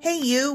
Hey, you,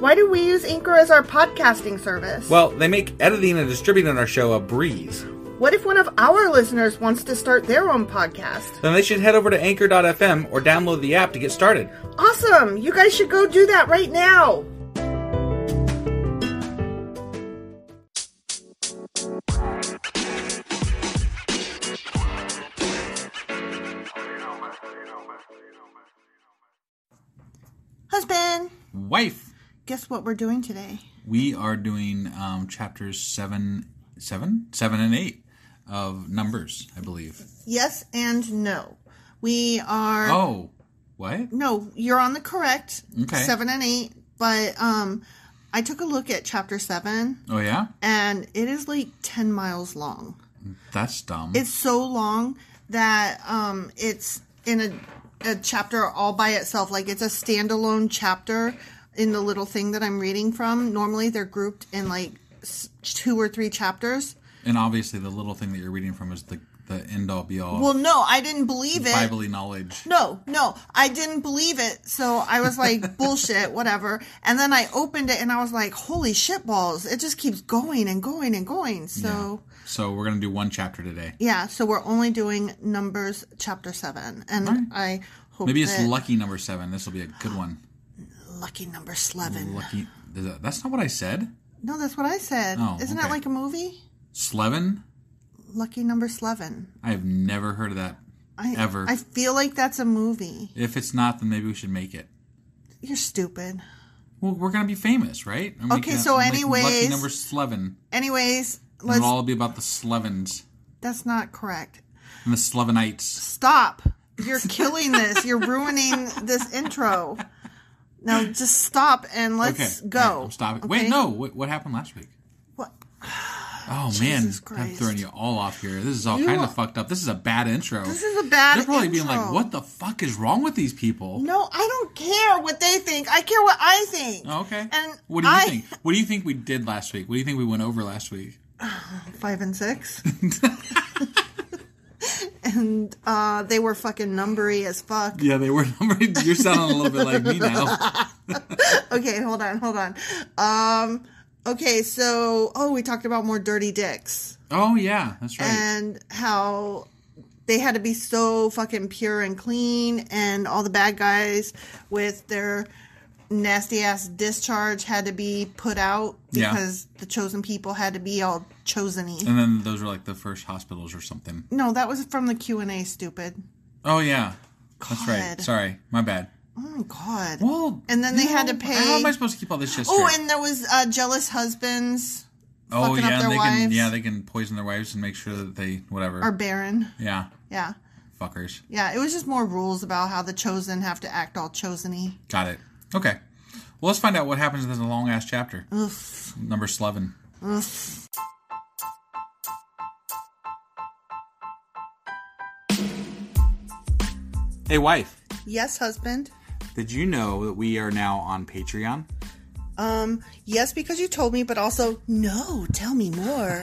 Why do we use Anchor as our podcasting service? Well, they make editing and distributing our show a breeze. what if one of our listeners wants to start their own podcast? Then they should head over to anchor.fm or download the app to get started. Awesome! You guys should go do that right now! Husband, Wife, guess what we're doing today? we are doing um, chapters 7, 7? 7 and 8 of Numbers, I believe. Yes and no. We are. Oh, what? No, you're on the correct. Okay. Seven and eight, but um, I took a look at chapter seven, Oh, yeah? and it is like ten miles long. That's dumb. It's so long that um, it's in a, a chapter all by itself. Like it's a standalone chapter in the little thing that I'm reading from. Normally they're grouped in like s- two or three chapters. and obviously, the little thing that you're reading from is the, the end all be all Well, no, I didn't believe it. Bible knowledge. No, no, I didn't believe it. So I was like, bullshit, whatever. And then I opened it and I was like, holy shit balls. It just keeps going and going and going. So, So we're gonna do one chapter today. yeah, so we're only doing Numbers chapter seven. And I hope Maybe it's that- lucky number seven. This will be a good one. lucky number 11. Lucky. is that- That's not what I said. No, that's what I said. Oh, Isn't okay. that like a movie? Slevin. Lucky number 11. I have never heard of that I, ever. I feel like that's a movie. if it's not, then maybe we should make it. You're stupid. Well, we're gonna be famous, right? And we Okay, can- so like, lucky anyways- number Slevin. Anyways, And let's. it'll all be about the Slevins That's not correct. and the Slevinites. Stop. You're killing this. You're ruining this intro. Now just stop and let's okay, go. all right, I'm stopping. Wait, okay? no. What, what happened last week? What? Oh man, I'm Christ. throwing you all off here. This is all kinds of fucked up. This is a bad intro. This is a bad They're probably being intro. like, "What the fuck is wrong with these people?" No, I don't care what they think. I care what I think. Oh, okay. And what do you I- think? What do you think we did last week? What do you think we went over last week? Five and six. and uh, they were fucking numbery as fuck. Yeah, they were. You're sounding a little bit like me now. Okay, hold on, hold on. Um, okay, so oh, we talked about more dirty dicks. Oh yeah, that's Uh, right. and how they had to be so fucking pure and clean, and all the bad guys with their nasty ass discharge had to be put out Yeah. because the chosen people had to be all choseny. and then those were like the first hospitals or something. no, that was from the Q and A. Stupid. Oh yeah, that's right. God. Sorry, my bad. Oh my god. Well, And then they you had to know, pay- How am I supposed to keep all this shit straight? oh, and there was uh, jealous husbands oh yeah, fucking up their they can wives. yeah they can poison their wives and make sure that they whatever. are barren. yeah, Yeah. fuckers. Yeah, it was just more rules about how the chosen have to act all choseny. Got it. Okay. Well, let's find out what happens in this long ass chapter. Number 11. Hey, wife, Yes, husband. did you know that we are now on Patreon? Um, yes, because you told me, but also, no, tell me more.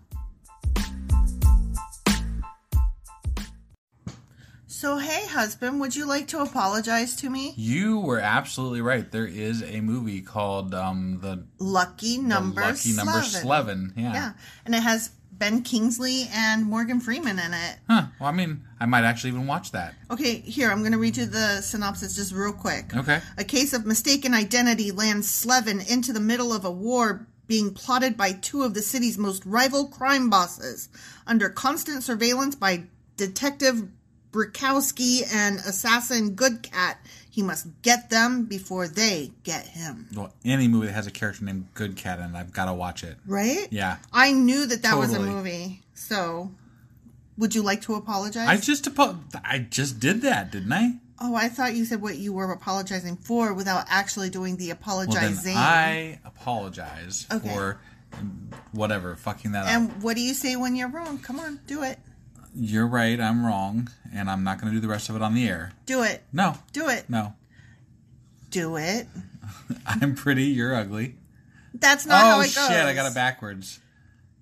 So, hey, husband, would you like to apologize to me? You were absolutely right. There is a movie called um, the, Lucky the number Lucky Number Slevin. Yeah. Yeah, and it has Ben Kingsley and Morgan Freeman in it. Huh. Well, I mean, I might actually even watch that. Okay, here, I'm going to read you the synopsis just real quick. Okay. A case of mistaken identity lands Slevin into the middle of a war being plotted by two of the city's most rival crime bosses. Under constant surveillance by Detective Brikowski and assassin Good Cat, he must get them before they get him. Well, any movie that has a character named Good Cat in it, I've got to watch it. Right? Yeah. I knew that that was a Totally. movie. So, would you like to apologize? I just apo- I just did that, didn't I? Oh, I thought you said what you were apologizing for without actually doing the Well, then apologizing. I apologize Okay. for whatever fucking that up. And what do you say when you're wrong? Come on, do it. You're right. I'm wrong, and I'm not going to do the rest of it on the air. Do it. No, Do it. no. Do it. I'm pretty. You're ugly. That's not how oh it shit! goes. I got it backwards.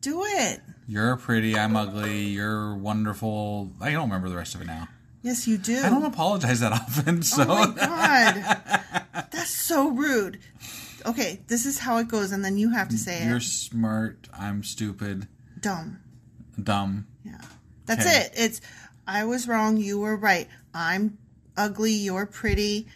Do it. You're pretty. I'm ugly. You're wonderful. I don't remember the rest of it now. Yes, you do. I don't apologize that often, so Oh my god. That's so rude. Okay, this is how it goes, and then you have to say you're it. smart. I'm stupid. Dumb. Dumb. Yeah. That's Okay. it. It's I was wrong, you were right. I'm ugly, you're pretty,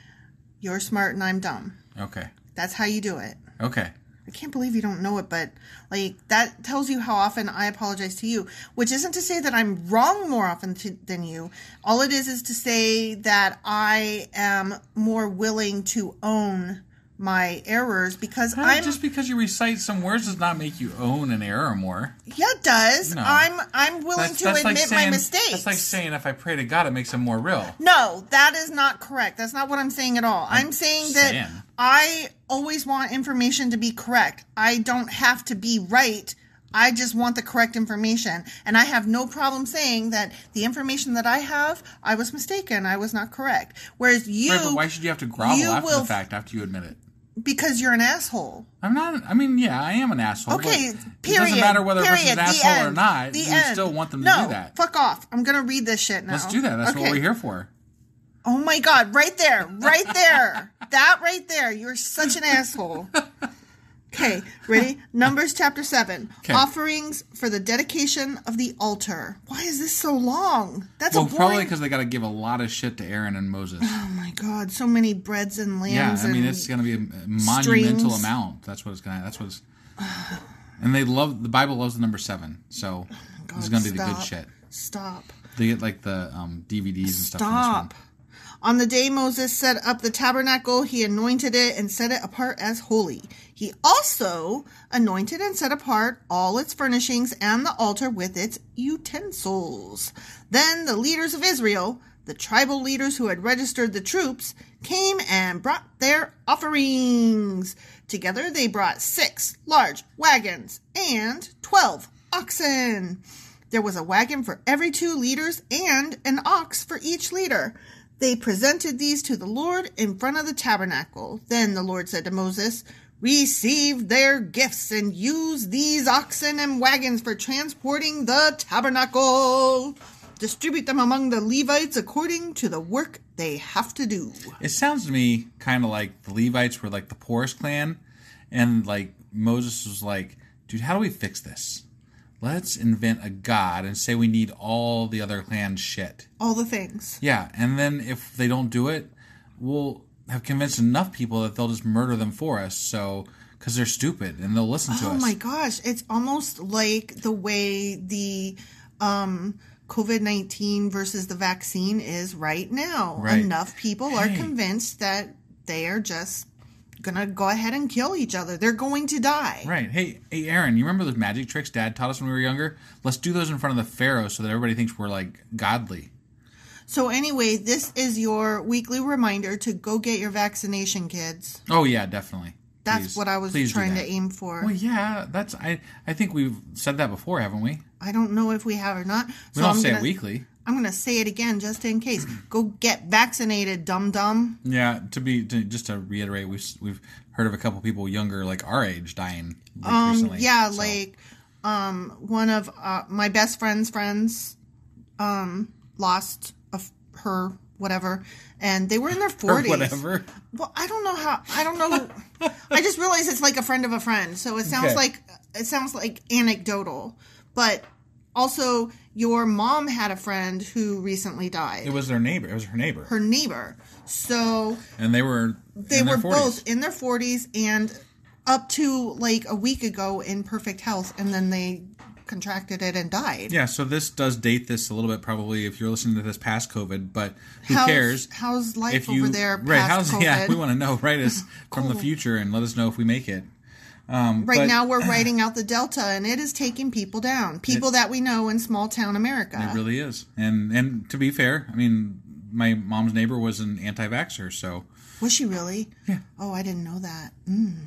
you're smart, and I'm dumb. Okay. That's how you do it. Okay. I can't believe you don't know it, but like that tells you how often I apologize to you, which isn't to say that I'm wrong more often to, than you. All it is is to say that I am more willing to own my errors because Huh, I'm just because you recite some words does not make you own an error more. yeah, it does. No. I'm I'm willing to admit my saying, mistakes. That's like saying if I pray to God, it makes them more real. No, that is not correct. That's not what I'm saying at all. I'm, saying that saying. I always want information to be correct. I don't have to be right. I just want the correct information. And I have no problem saying that the information that I have, I was mistaken. I was not correct. Whereas you, Right, but why should you have to grovel you after will the fact after you admit it? because you're an asshole. I'm not. I mean, yeah, I am an asshole. but Okay, It period. doesn't matter whether a person's an period, the asshole or end, not. The you end. still want them to no, do that. Fuck off. I'm going to read this shit now. Let's do that. That's what Okay. we're here for. Oh my God, right there, right there. that right there. You're such an asshole. Okay, ready? Numbers chapter 7. Okay. Offerings for the dedication of the altar. Why is this so long? That's Well, a probably boring. because they got to give a lot of shit to Aaron and Moses. oh my God, so many breads and yeah, lambs. I mean and it's going to be a monumental strings. amount. That's what it's going to. That's what's. And they love the Bible loves the number seven, so God, it's going to be the good stop. shit. Stop. They get like the um, DVDs and stuff. from this one. Stop. On the day Moses set up the tabernacle, he anointed it and set it apart as holy. He also anointed and set apart all its furnishings and the altar with its utensils. Then the leaders of Israel, the tribal leaders who had registered the troops, came and brought their offerings. Together they brought six large wagons and twelve oxen. There was a wagon for every two leaders and an ox for each leader. They presented these to the Lord in front of the tabernacle. Then the Lord said to Moses, Receive their gifts and use these oxen and wagons for transporting the tabernacle. Distribute them among the Levites according to the work they have to do. It sounds to me kind of like the Levites were like the poorest clan, and like Moses was like, dude, how do we fix this? Let's invent a god and say we need all the other clan shit. All the things. Yeah, and then if they don't do it, we'll have convinced enough people that they'll just murder them for us. So because they're stupid and they'll listen to Oh us. my gosh, it's almost like the way the um, COVID 19 versus the vaccine is right now. Right. Enough people are convinced that they are just going to go ahead and kill each other. They're going to die. Right. Hey, hey, Aaron, you remember those magic tricks Dad taught us when we were younger? Let's do those in front of the Pharaoh so that everybody thinks we're like godly. So, anyway, this is your weekly reminder to go get your vaccination, kids. Oh yeah, definitely. That's Please- what I was please do trying to e-, that. aim for. Well, yeah, that's I. I think we've said that before, haven't we? I don't know if we have or not. We don't I'm say gonna, it weekly. I'm going to say it again just in case. go get vaccinated, dum dum. Yeah, to be to, just to reiterate, we've we've heard of a couple people younger, like our age, dying like, recently. Um, Yeah, so- like um, one of uh, my best friend's friends um, lost a f her whatever, and they were in their or forties. whatever. Well, I don't know how. I don't know. I just realized it's like a friend of a friend, so it sounds Okay. like it sounds like anecdotal, but also your mom had a friend who recently died. It was their neighbor. It was her neighbor, her neighbor. So and they were they in their were 40s. both in their 40s and up to like a week ago in perfect health and then they contracted it and died Yeah, so this does date this a little bit, probably if you're listening to this past COVID, but who how's, cares? how's life if you over there right, how's past COVID? yeah, we want to know right is from the future, and let us know if we make it. right but- now we're writing out the delta and it is taking people down people that we know in small town america It really is, and and to be fair, I mean, my mom's neighbor was an anti-vaxxer, so was she really yeah oh i didn't know that Mm,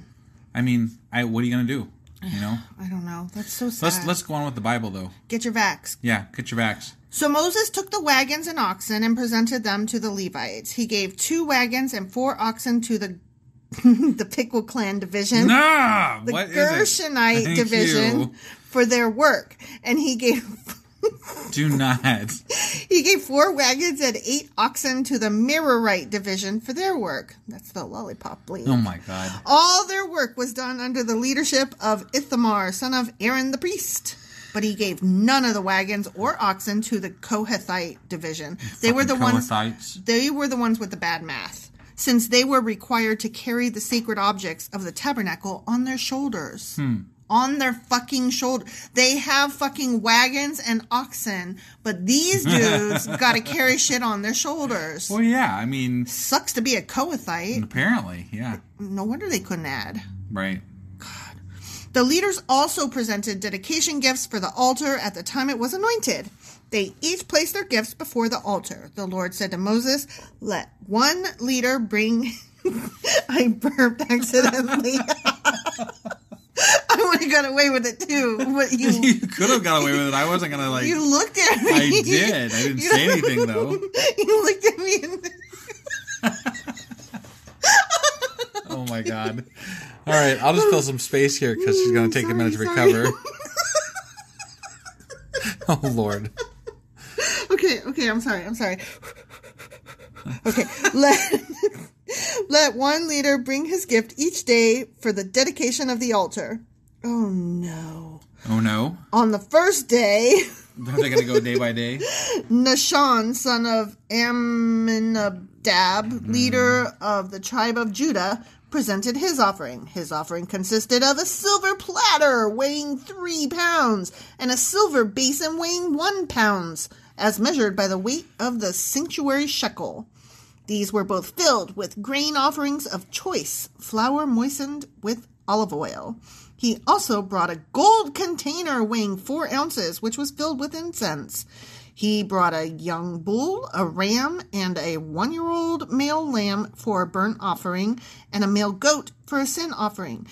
I mean, I what are you gonna do? You know, i don't know that's so sad let's let's go on with the Bible though. get your vax Yeah, get your vax. So Moses took the wagons and oxen and presented them to the Levites. He gave two wagons and four oxen to the the Pickle clan division, Nah, the what is it? Gershonite Thank division you. for their work, and he gave Do not. he gave four wagons and eight oxen to the Merarite division for their work. That's the lollipop league. Oh my God. All their work was done under the leadership of Ithamar, son of Aaron the priest. but he gave none of the wagons or oxen to the Kohathite division. They were the ones Kohathites. they were the ones with the bad math, since they were required to carry the sacred objects of the tabernacle on their shoulders. On their fucking shoulder. They have fucking wagons and oxen, but these dudes gotta carry shit on their shoulders. Well, yeah. I mean, Sucks to be a Kohathite. apparently, yeah. No wonder they couldn't add. Right. The leaders also presented dedication gifts for the altar at the time it was anointed. They each placed their gifts before the altar. The Lord said to Moses, Let one leader bring. I burped accidentally. I would have got away with it too. But you, You could have got away with it. I wasn't gonna like. you looked at me. I did. I didn't say anything though. You looked at me and. Oh my god. All right, I'll just fill some space here because she's gonna take a minute to Sorry, recover. oh lord. okay, okay, I'm sorry, I'm sorry. Okay, let, let one leader bring his gift each day for the dedication of the altar. Oh no. Oh no. On the first day, Are they gonna go day by day? Nashon, son of Amminadab, leader of the tribe of Judah, presented his offering. His offering consisted of a silver platter weighing three pounds and a silver basin weighing one pound, as measured by the weight of the sanctuary shekel. These were both filled with grain offerings of choice flour moistened with olive oil. He also brought a gold container weighing four ounces, which was filled with incense. He brought a young bull, a ram, and a one year old male lamb for a burnt offering, and a male goat for a sin offering.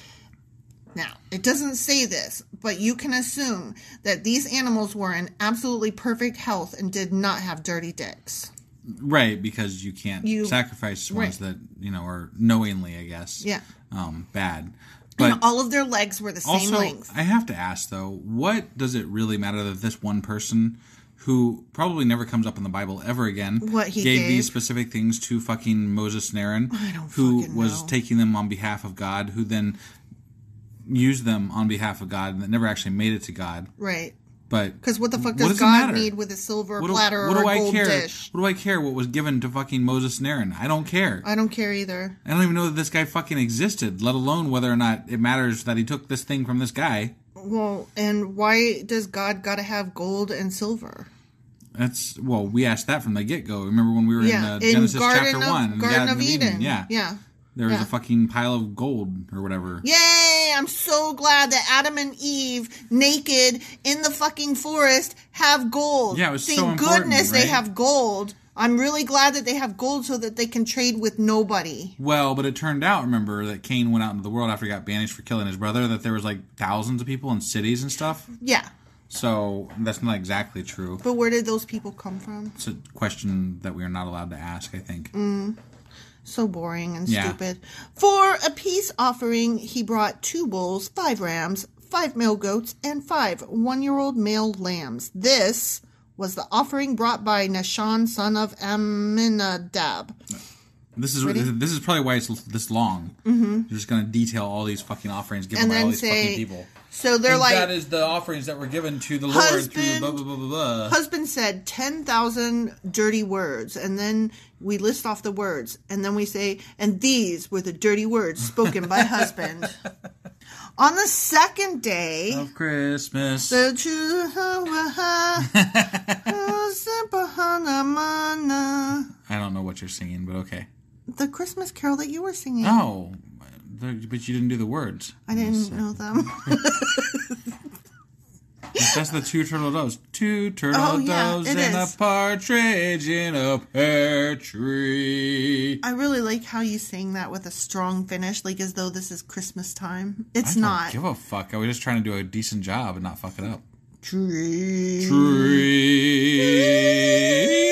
Now, it doesn't say this, but you can assume that these animals were in absolutely perfect health and did not have dirty dicks. Right, because you can't You- sacrifice ones right. that you know are knowingly, I guess. Yeah. Um, bad. But all of their legs were the same also, length. I have to ask though, what does it really matter that this one person, who probably never comes up in the Bible ever again, What he gave? these specific things to fucking Moses and Aaron, who fucking was know. taking them on behalf of God, who then used them on behalf of God, and that never actually made it to God. Right. But Because what the fuck does, does it God matter? need with a silver what do, platter what do or a I gold care? dish? What do I care? What was given to fucking Moses and Aaron? I don't care. I don't care either. I don't even know that this guy fucking existed, let alone whether or not it matters that he took this thing from this guy. Well, and why does God got to have gold and silver? That's well, we asked that from the get go. Remember when we were yeah, in uh, Genesis chapter of, one, in Garden of Eden. Yeah, yeah. There was yeah. a fucking pile of gold or whatever. Yay! I'm so glad that Adam and Eve, naked in the fucking forest, have gold. Yeah, it was Thank so important, goodness they right? have gold. I'm really glad that they have gold so that they can trade with nobody. Well, but it turned out, remember, that Cain went out into the world after he got banished for killing his brother. That there was like thousands of people in cities and stuff. Yeah. So that's not exactly true. But where did those people come from? It's a question that we are not allowed to ask. I think. Mm. So boring and Yeah. stupid. For a peace offering, he brought two bulls, five rams, five male goats, and five one year old male lambs. This was the offering brought by Nashon, son of Amminadab. This is this is probably why it's l- this long. Mm-hmm. You're just gonna detail all these fucking offerings given And by all then these say- fucking people. So they're And like, that is the offerings that were given to the Lord through Husband- blah blah blah blah. blah. husband said 10,000 dirty words, and then we list off the words, and then we say, and these were the dirty words spoken by husband. On the second day, of Christmas. The true Hawaha I don't know what you're singing, but okay. The Christmas carol that you were singing. Oh, the- but you didn't do the words. I didn't know them. That's the two turtle doves. Two turtle Oh, yeah, doves it and is. a partridge in a pear tree. I really like how you sang that with a strong finish, like as though this is Christmas time. It's I don't not. give a fuck. I was just trying to do a decent job and not fuck it up. Tree. Tree.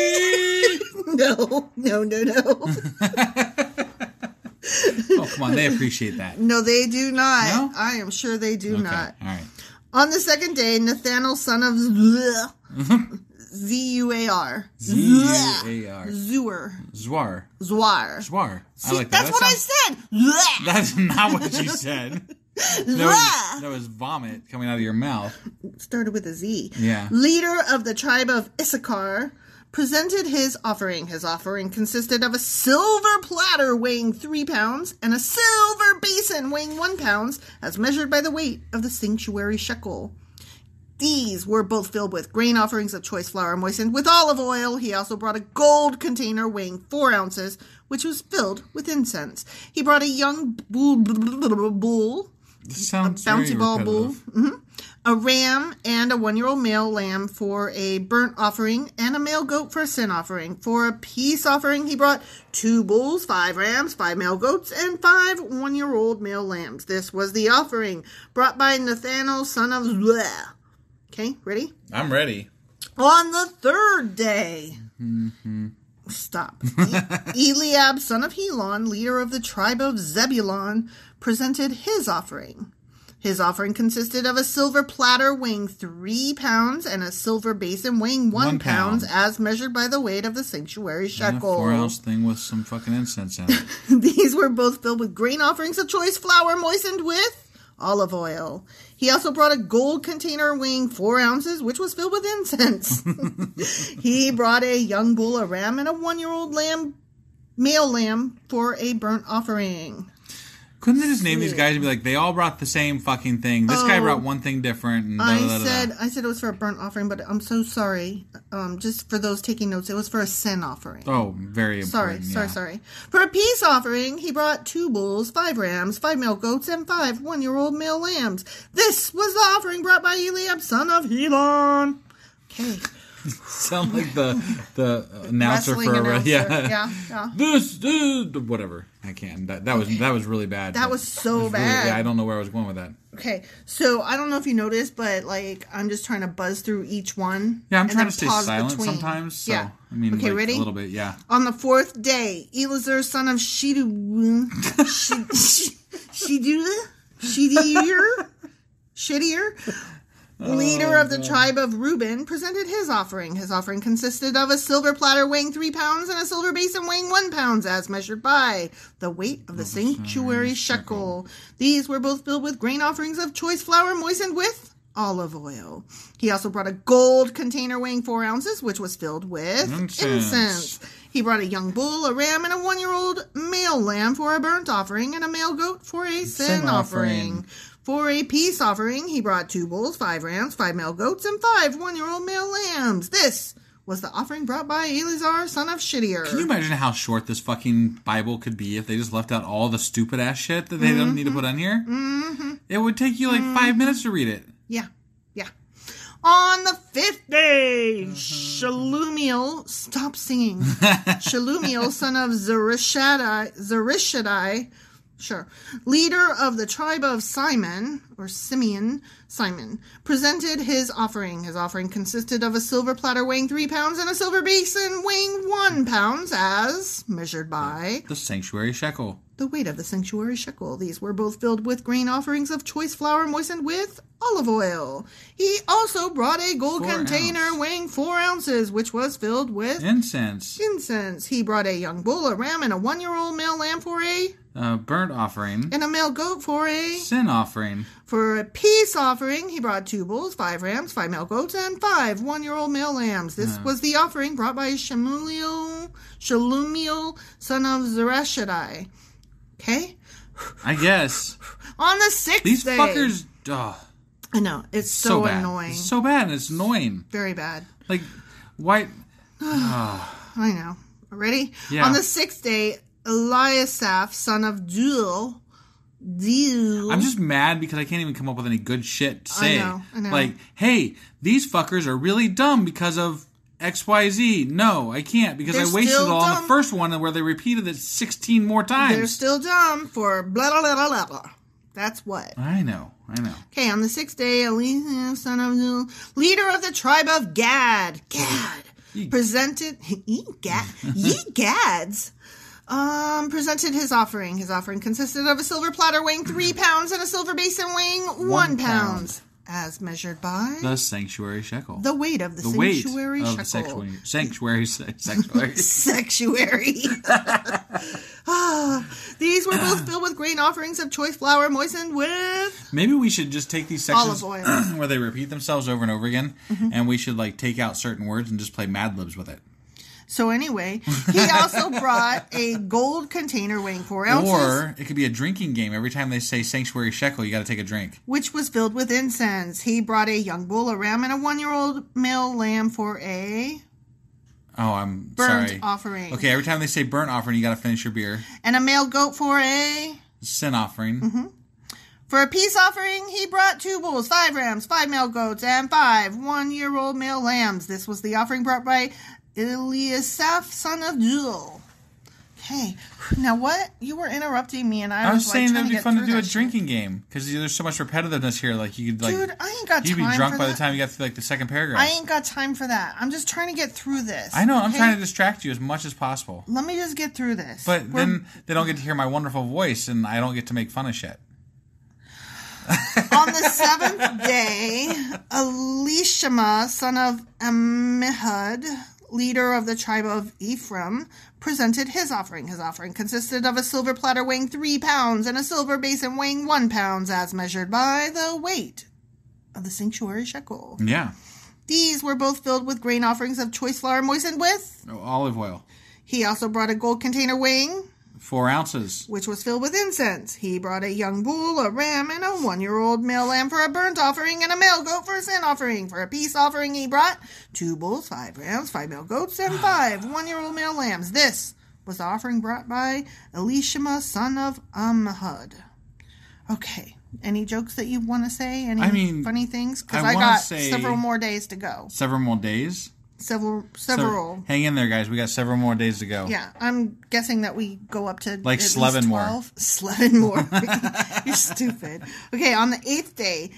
No, no, no, no. oh, come on. They appreciate that. no, they do not. No? I am sure they do Okay. not. All right. On the second day, Nathaniel, son of Zuar, Mm-hmm. Z-U-A-R, Z-U-A-R. Zuar, Zwar. Zuar. Zwar. See, that's what sounds- I said. Blech. That's not what you said. That was, that was vomit coming out of your mouth. started with a Z. Yeah. Leader of the tribe of Issachar presented his offering. His offering consisted of a silver platter weighing three pounds and a silver basin weighing one pound, as measured by the weight of the sanctuary shekel. These were both filled with grain offerings of choice flour moistened with olive oil. He also brought a gold container weighing four ounces, which was filled with incense. He brought a young bull, bull This sounds bouncy very ball bull, repetitive. hmm a ram, and a one year old male lamb for a burnt offering, and a male goat for a sin offering. For a peace offering, he brought two bulls, five rams, five male goats, and five one year old male lambs. This was the offering brought by Nathanael, son of Zleh. Okay, ready? I'm ready. On the third day. Mm-hmm. Stop. E- Eliab, son of Helon, leader of the tribe of Zebulon, presented his offering. His offering consisted of a silver platter weighing three pounds and a silver basin weighing one, One pound, pound. as measured by the weight of the sanctuary And a shekel. four ounce thing with some fucking incense in it. These were both filled with grain offerings of choice flour moistened with olive oil. He also brought a gold container weighing four ounces, which was filled with incense. he brought a young bull, a ram, and a one year old lamb, male lamb, for a burnt offering. Couldn't they just name these guys and be like, they all brought the same fucking thing. This guy brought one thing different. And da, da, da, Oh. I da, said da. I said it was for a burnt offering, but I'm so sorry. Um, just for those taking notes, it was for a sin offering. Oh, very Sorry, important. sorry, yeah. sorry. For a peace offering, he brought two bulls, five rams, five male goats, and five one year old male lambs. This was the offering brought by Eliab, son of Helon. Okay. Sound like the the announcer Wrestling for a announcer. yeah. Yeah, yeah. This dude whatever. I can't. That, that was that was really bad. That was so It really- bad. yeah, I don't know where I was going with that. Okay. So I don't know if you noticed, but like I'm just trying to buzz through each one. Yeah, I'm and trying then to stay pause silent between. sometimes. So yeah. I mean okay, like, ready? a little bit, yeah. On the fourth day, Elazar, son of Shidu, Shidu, Shidier, Shidier, leader of the tribe of Reuben, presented his offering. His offering consisted of a silver platter weighing three pounds and a silver basin weighing one pound, as measured by the weight of the sanctuary shekel. These were both filled with grain offerings of choice flour moistened with olive oil. He also brought a gold container weighing four ounces, which was filled with Incense. incense. He brought a young bull, a ram, and a one year old male lamb for a burnt offering, and a male goat for a sin Sin offering. offering. For a peace offering, he brought two bulls, five rams, five male goats, and five one year old male lambs. This was the offering brought by Eleazar, son of Shittier. Can you imagine how short this fucking Bible could be if they just left out all the stupid ass shit that they don't need to put on here? Mm-hmm. It would take you like five minutes to read it. Yeah, yeah. On the fifth day, Shalumiel, stop singing. Shalumiel, son of Zerishadai, Zerishadai, sure, leader of the tribe of Simon, or Simeon, Simon, presented his offering. His offering consisted of a silver platter weighing three pounds and a silver basin weighing one pound, as measured by The sanctuary shekel. the weight of the sanctuary shekel. These were both filled with grain offerings of choice flour moistened with olive oil. He also brought a gold Four container ounce. weighing four ounces, which was filled with Incense. incense. He brought a young bull, a ram, and a one year old male lamb for a Uh, burnt offering. and a male goat for a Sin offering. for a peace offering. He brought two bulls, five rams, five male goats, and five one year old male lambs. This was the offering brought by Shalumiel, Shalumiel, son of Zereshadai. Okay? I guess. On the sixth These day. fuckers. Duh. I know. It's So, so, bad. annoying. It's so bad and it's annoying. Very bad. Like, why? I know. Ready? Yeah. On the sixth day, Eliasaph, son of Duel, Duel. I'm just mad because I can't even come up with any good shit to Mm-hmm. I say. know, I know. Like, hey, these fuckers are really dumb because of XYZ. No, I can't because They're I wasted still it all on dumb. the first one where they repeated it 16 more times. They're still dumb for blah, blah, blah, blah, blah. That's what. I know, I know. Okay, on the sixth day, Eliasaph, son of Duel, leader of the tribe of Gad, Gad, presented, ye Gad, ye Gads, um, presented his offering. His offering consisted of a silver platter weighing three pounds and a silver basin weighing one, Mm-hmm. One pound, pound. as measured by The sanctuary shekel. the weight of the, The weight sanctuary of shekel. the sanctuary sanctuary sanctuary. Sanctuary. Ah, These were both filled with grain grain offerings of choice flour moistened with. Maybe we should just take these sections Olive oil. Mm-hmm. where they repeat themselves over and over again, and we should like take out certain words and just play Mad Libs with it. So anyway, he also brought a gold container weighing four ounces, Or it could be a drinking game. Every time they say sanctuary shekel, you got to take a drink. which was filled with incense. He brought a young bull, a ram, and a one-year-old male lamb for a Oh, I'm burnt sorry. offering, Okay, every time they say burnt offering, you got to finish your beer. and a male goat for a. Sin offering. Mm-hmm. For a peace offering, he brought two bulls, five rams, five male goats, and five one year old male lambs. This was the offering brought by Eliasaph, son of Jewel. Okay, now what? You were interrupting me, and I, I was was, saying that would like, trying to be get fun to through do a that shit. drinking game because there's so much repetitiveness here. Like you could like Dude, I ain't got you'd be time drunk for by the that. time you got to like the second paragraph. I ain't got time for that. I'm just trying to get through this. I know. I'm okay? trying to distract you as much as possible, Let me just get through this. but We're- then they don't get to hear my wonderful voice, and I don't get to make fun of shit. on the seventh day, Elishama, son of Ammihud, leader of the tribe of Ephraim, presented his offering. His offering consisted of a silver platter weighing three pounds and a silver basin weighing one pound, as measured by the weight of the sanctuary shekel. Yeah, These were both filled with grain offerings of choice flour moistened with. Oh, olive oil, He also brought a gold container weighing four ounces. which was filled with incense. He brought a young bull, a ram, and a one year old male lamb for a burnt offering, and a male goat for a sin offering. For a peace offering, he brought two bulls, five rams, five male goats, and five one year old male lambs. This was the offering brought by Elishama, son of Ammihud. Okay. Any jokes that you want to say? Any I mean, funny things? Because I I, wanna got say- several more days to go. Several more days. Several, So, several. hang in there, guys. We got several more days to go. Yeah, I'm guessing that we go up to Like at least Slevin more. 12. Slevin more. You're stupid. Okay, on the eighth day,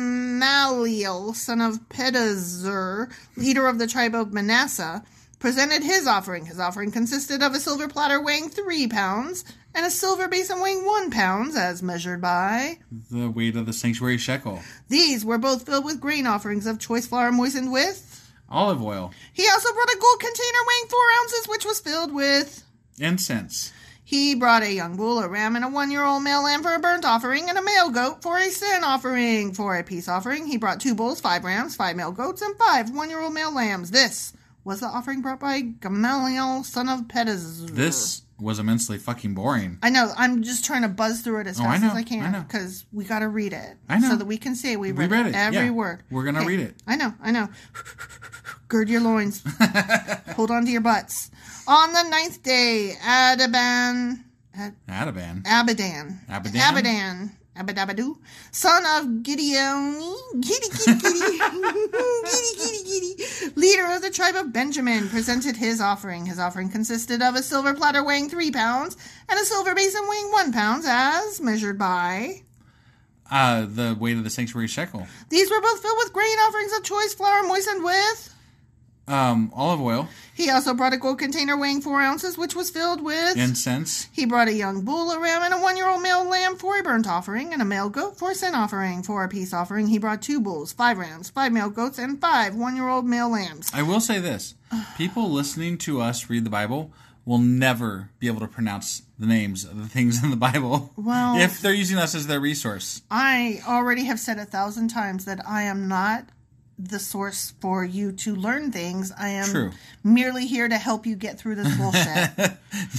Gamaliel, son of Pedazur, leader of the tribe of Manasseh, presented his offering. His offering consisted of a silver platter weighing three pounds and a silver basin weighing one pound, as measured by. The weight of the sanctuary shekel, These were both filled with grain offerings of choice flour moistened with. olive oil, He also brought a gold container weighing four ounces, which was filled with. incense, He brought a young bull, a ram, and a one year old male lamb for a burnt offering, and a male goat for a sin offering. For a peace offering, he brought two bulls, five rams, five male goats, and five one year old male lambs. This was the offering brought by Gamaliel, son of Pedazur. This was immensely fucking boring. I know, I'm just trying to buzz through it as Oh, fast I know, as I I know. can because we got to read it. I know. So that we can say we We read, read it, every yeah. word. We're gonna Okay. read it. I know, I know. Gird your loins. Hold on to your butts. On the ninth day, Adaban. Ad- Adaban. Abadan. Abadan? Abadan. Abadabadu. Son of Gideon. Giddy, giddy, giddy. giddy, giddy, giddy. Leader of the tribe of Benjamin presented his offering. His offering consisted of a silver platter weighing three pounds and a silver basin weighing one pound, as measured by. Uh, the weight of the sanctuary shekel, These were both filled with grain offerings of choice flour moistened with. um, olive oil, He also brought a gold container weighing four ounces, which was filled with. incense, He brought a young bull, a ram, and a one year old male lamb for a burnt offering, and a male goat for a sin offering. For a peace offering, he brought two bulls, five rams, five male goats, and five one year old male lambs. I will say this: people listening to us read the Bible will never be able to pronounce the names of the things in the Bible. Well- if they're using us as their resource, I already have said a thousand times that I am not the source for you to learn things. I am True. merely here to help you get through this bullshit.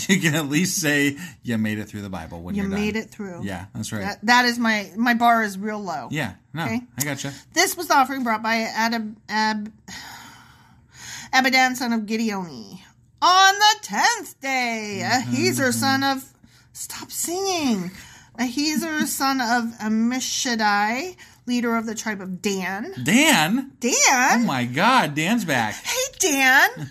you can at least say you made it through the Bible when you are made it through. Yeah, that's right. That, that is my my bar is real low. yeah, no, I gotcha. This was the offering brought by Adam Ab, Abadan, son of Gideoni. On the tenth day, Mm-hmm. Ahazer, son of stop singing, Ahazer, son of Amishadai, leader of the tribe of Dan. Dan, oh Dan, my God, Dan's back. hey Dan,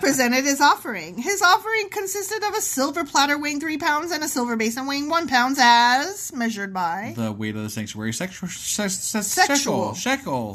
presented his offering. His offering consisted of a silver platter weighing three pounds and a silver basin weighing one pound, as measured by The weight of the sanctuary sexual sexual Sexual. shekel.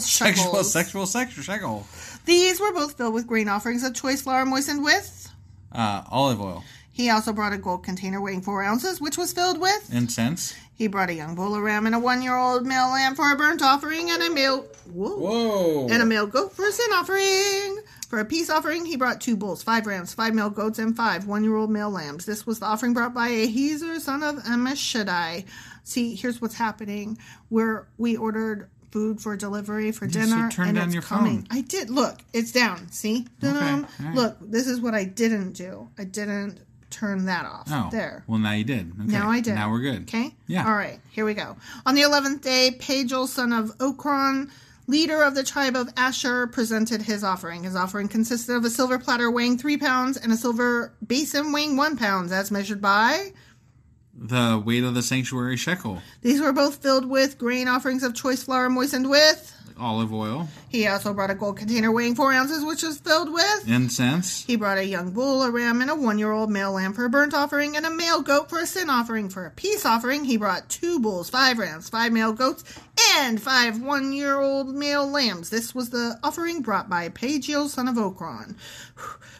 Sexual, shekels. sexual, sexual, shekel. These were both filled with grain offerings of choice flour moistened with. Uh, olive oil, He also brought a gold container weighing four ounces, which was filled with. incense. He brought a young bull, a ram, and a one-year-old male lamb for a burnt offering, and a male whoa, Whoa. and a male goat for a sin offering. For a peace offering, he brought two bulls, five rams, five male goats, and five one year old male lambs. This was the offering brought by Ahazer, son of Ammishaddai. See, here's what's happening. Where we ordered food for delivery for You dinner. should turn and down it's your phone. coming. I did. Look, it's down. See? Dun-dun. all right. Look, this is what I didn't do. I didn't turn that off. Oh, There. Well, now you did. Okay. Now I did. Now we're good. Okay? Yeah. All right, here we go. On the 11th day, Pagel, son of Okron, leader of the tribe of Asher, presented his offering. His offering consisted of a silver platter weighing three pounds and a silver basin weighing one pound, as measured by. The weight of the sanctuary shekel, These were both filled with grain offerings of choice flour moistened with. olive oil, He also brought a gold container weighing four ounces, which was filled with. incense, He brought a young bull, a ram, and a one year old male lamb for a burnt offering, and a male goat for a sin offering. For a peace offering, he brought two bulls, five rams, five male goats, and five one year old male lambs. This was the offering brought by Pagiel, son of Okron.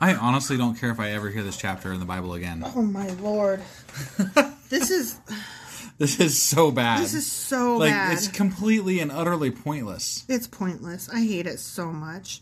I honestly don't care if I ever hear this chapter in the Bible again. Oh my lord. this is This is so bad. this is so like bad. it's completely and utterly pointless. it's pointless. I hate it so much.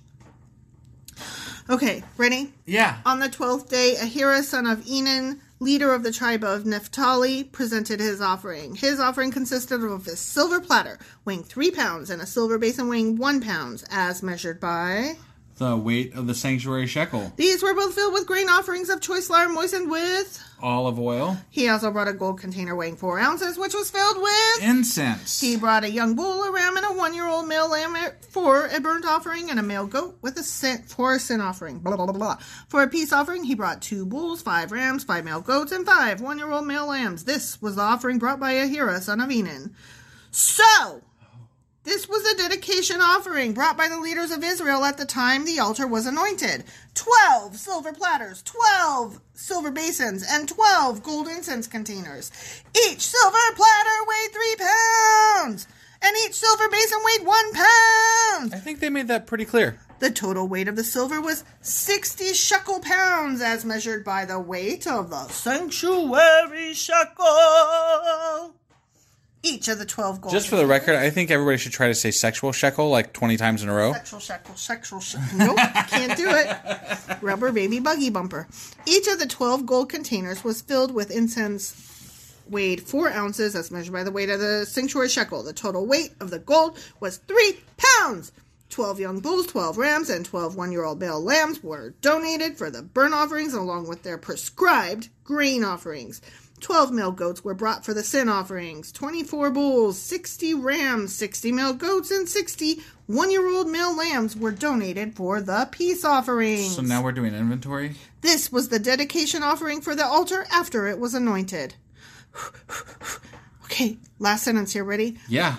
Okay, ready? Yeah. On the twelfth day, Ahira, son of Enan, leader of the tribe of Naphtali, presented his offering. His offering consisted of a silver platter weighing three pounds and a silver basin weighing one pound, as measured by. The weight of the sanctuary shekel, These were both filled with grain offerings of choice flour moistened with. olive oil, He also brought a gold container weighing four ounces, which was filled with. incense. He brought a young bull, a ram, and a one-year-old male lamb for a burnt offering, and a male goat with a sin for a sin offering. Blah blah blah. blah. For a peace offering, he brought two bulls, five rams, five male goats, and five one-year-old male lambs. This was the offering brought by Ahira, son of Enan. So. This was a dedication offering brought by the leaders of Israel at the time the altar was anointed. Twelve silver platters, twelve silver basins, and twelve gold incense containers. Each silver platter weighed three pounds, and each silver basin weighed one pound. I think they made that pretty clear. The total weight of the silver was 60 shekel pounds, as measured by the weight of the sanctuary shekel. Each of the 12 gold Just for the record, I think everybody should try to say sexual shekel like 20 times in a row. Sexual, sexual, sexual. sh- Nope, can't do it. Rubber baby buggy bumper. Each of the 12 gold containers was filled with incense weighed four ounces, as measured by the weight of the sanctuary shekel. The total weight of the gold was three pounds. 12 young bulls, 12 rams, and 12 one year old male lambs were donated for the burnt offerings along with their prescribed grain offerings. 12 male goats were brought for the sin offerings, 24 bulls, 60 rams, 60 male goats, and 60 one year old male lambs were donated for the peace offerings. So now we're doing inventory. This was the dedication offering for the altar after it was anointed. okay, last sentence here, ready? Yeah.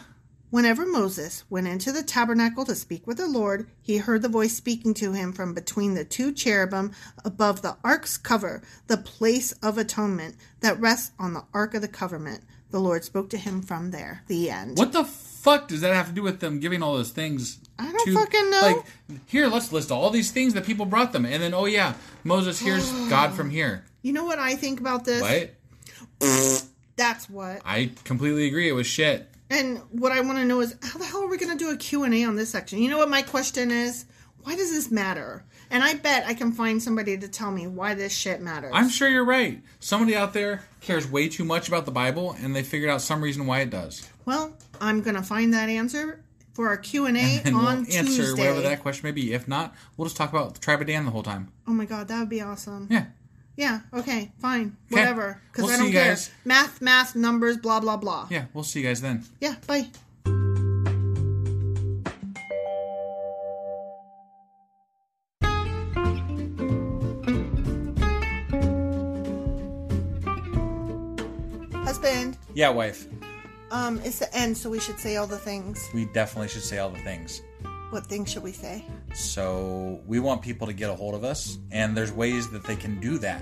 Whenever Moses went into the tabernacle to speak with the Lord, he heard the voice speaking to him from between the two cherubim above the ark's cover, the place of atonement that rests on the ark of the covenant. The Lord spoke to him from there. The end. What the fuck does that have to do with them giving all those things? I don't fucking know. Like, here, let's list all these things that people brought them. And then, oh yeah, Moses, here's God from here. You know what I think about this? What? That's what. I completely agree. It was shit. And what I want to know is how the hell are we going to do a Q&A on this section? You know what my question is? Why does this matter? And I bet I can find somebody to tell me why this shit matters. I'm sure you're right. Somebody out there cares way too much about the Bible, and they figured out some reason why it does. well, I'm going to find that answer for our Q&A And on we'll answer Tuesday. whatever that question may be. If not, we'll just talk about the tribe of Dan the whole time. oh my god, that would be awesome. Yeah. Yeah, okay, fine. Whatever, cuz We'll I see don't you care. guys. Math, math, numbers, blah blah blah. Yeah. We'll see you guys then. yeah bye. Husband, Yeah, wife. um, it's the end, so we should say all the things. We definitely should say all the things. What things should we say? So we want people to get a hold of us, and there's ways that they can do that.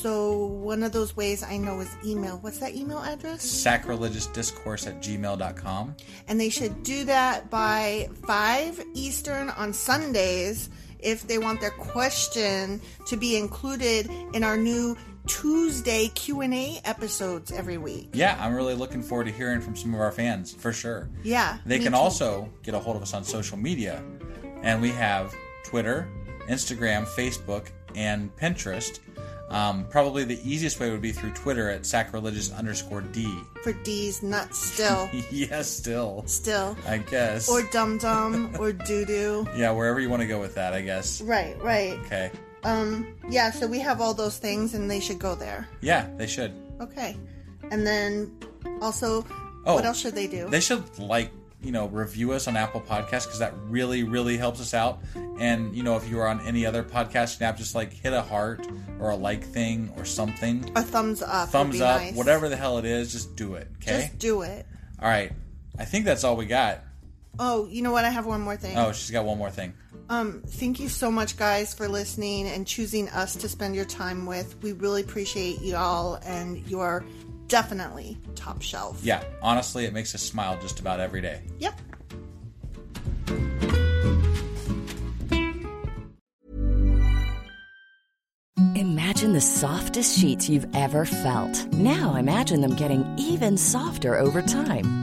So one of those ways I know is email. What's that email address? Sacrilegiousdiscourse at gmail.com. And they should do that by 5 Eastern on Sundays if they want their question to be included in our new Tuesday Q&A episodes every week. Yeah, I'm really looking forward to hearing from some of our fans, for sure. Yeah. They me can too. also get a hold of us on social media, and we have Twitter, Instagram, Facebook, and Pinterest. Um, probably the easiest way would be through Twitter at sacrilegious underscore D. For D's nuts still. yes, still. still. I guess. Or dum dum or doo doo. yeah, wherever you want to go with that, I guess. Right, right. Okay. Um, yeah, so we have all those things and they should go there. Yeah, they should. Okay. And then also, Oh. what else should they do? They should like you know review us on Apple Podcasts because that really really helps us out. And you know if you are on any other podcasting app, just like hit a heart or a like thing or something, a thumbs up. would thumbs be up, nice. whatever the hell it is, just do it. Okay. Just do it. all right. I think that's all we got. Oh, you know what? I have one more thing. Oh, she's got one more thing. Um, thank you so much, guys, for listening and choosing us to spend your time with. We really appreciate you all, and you are definitely top shelf. Yeah, honestly, it makes us smile just about every day. Yep. Imagine the softest sheets you've ever felt. Now imagine them getting even softer over time.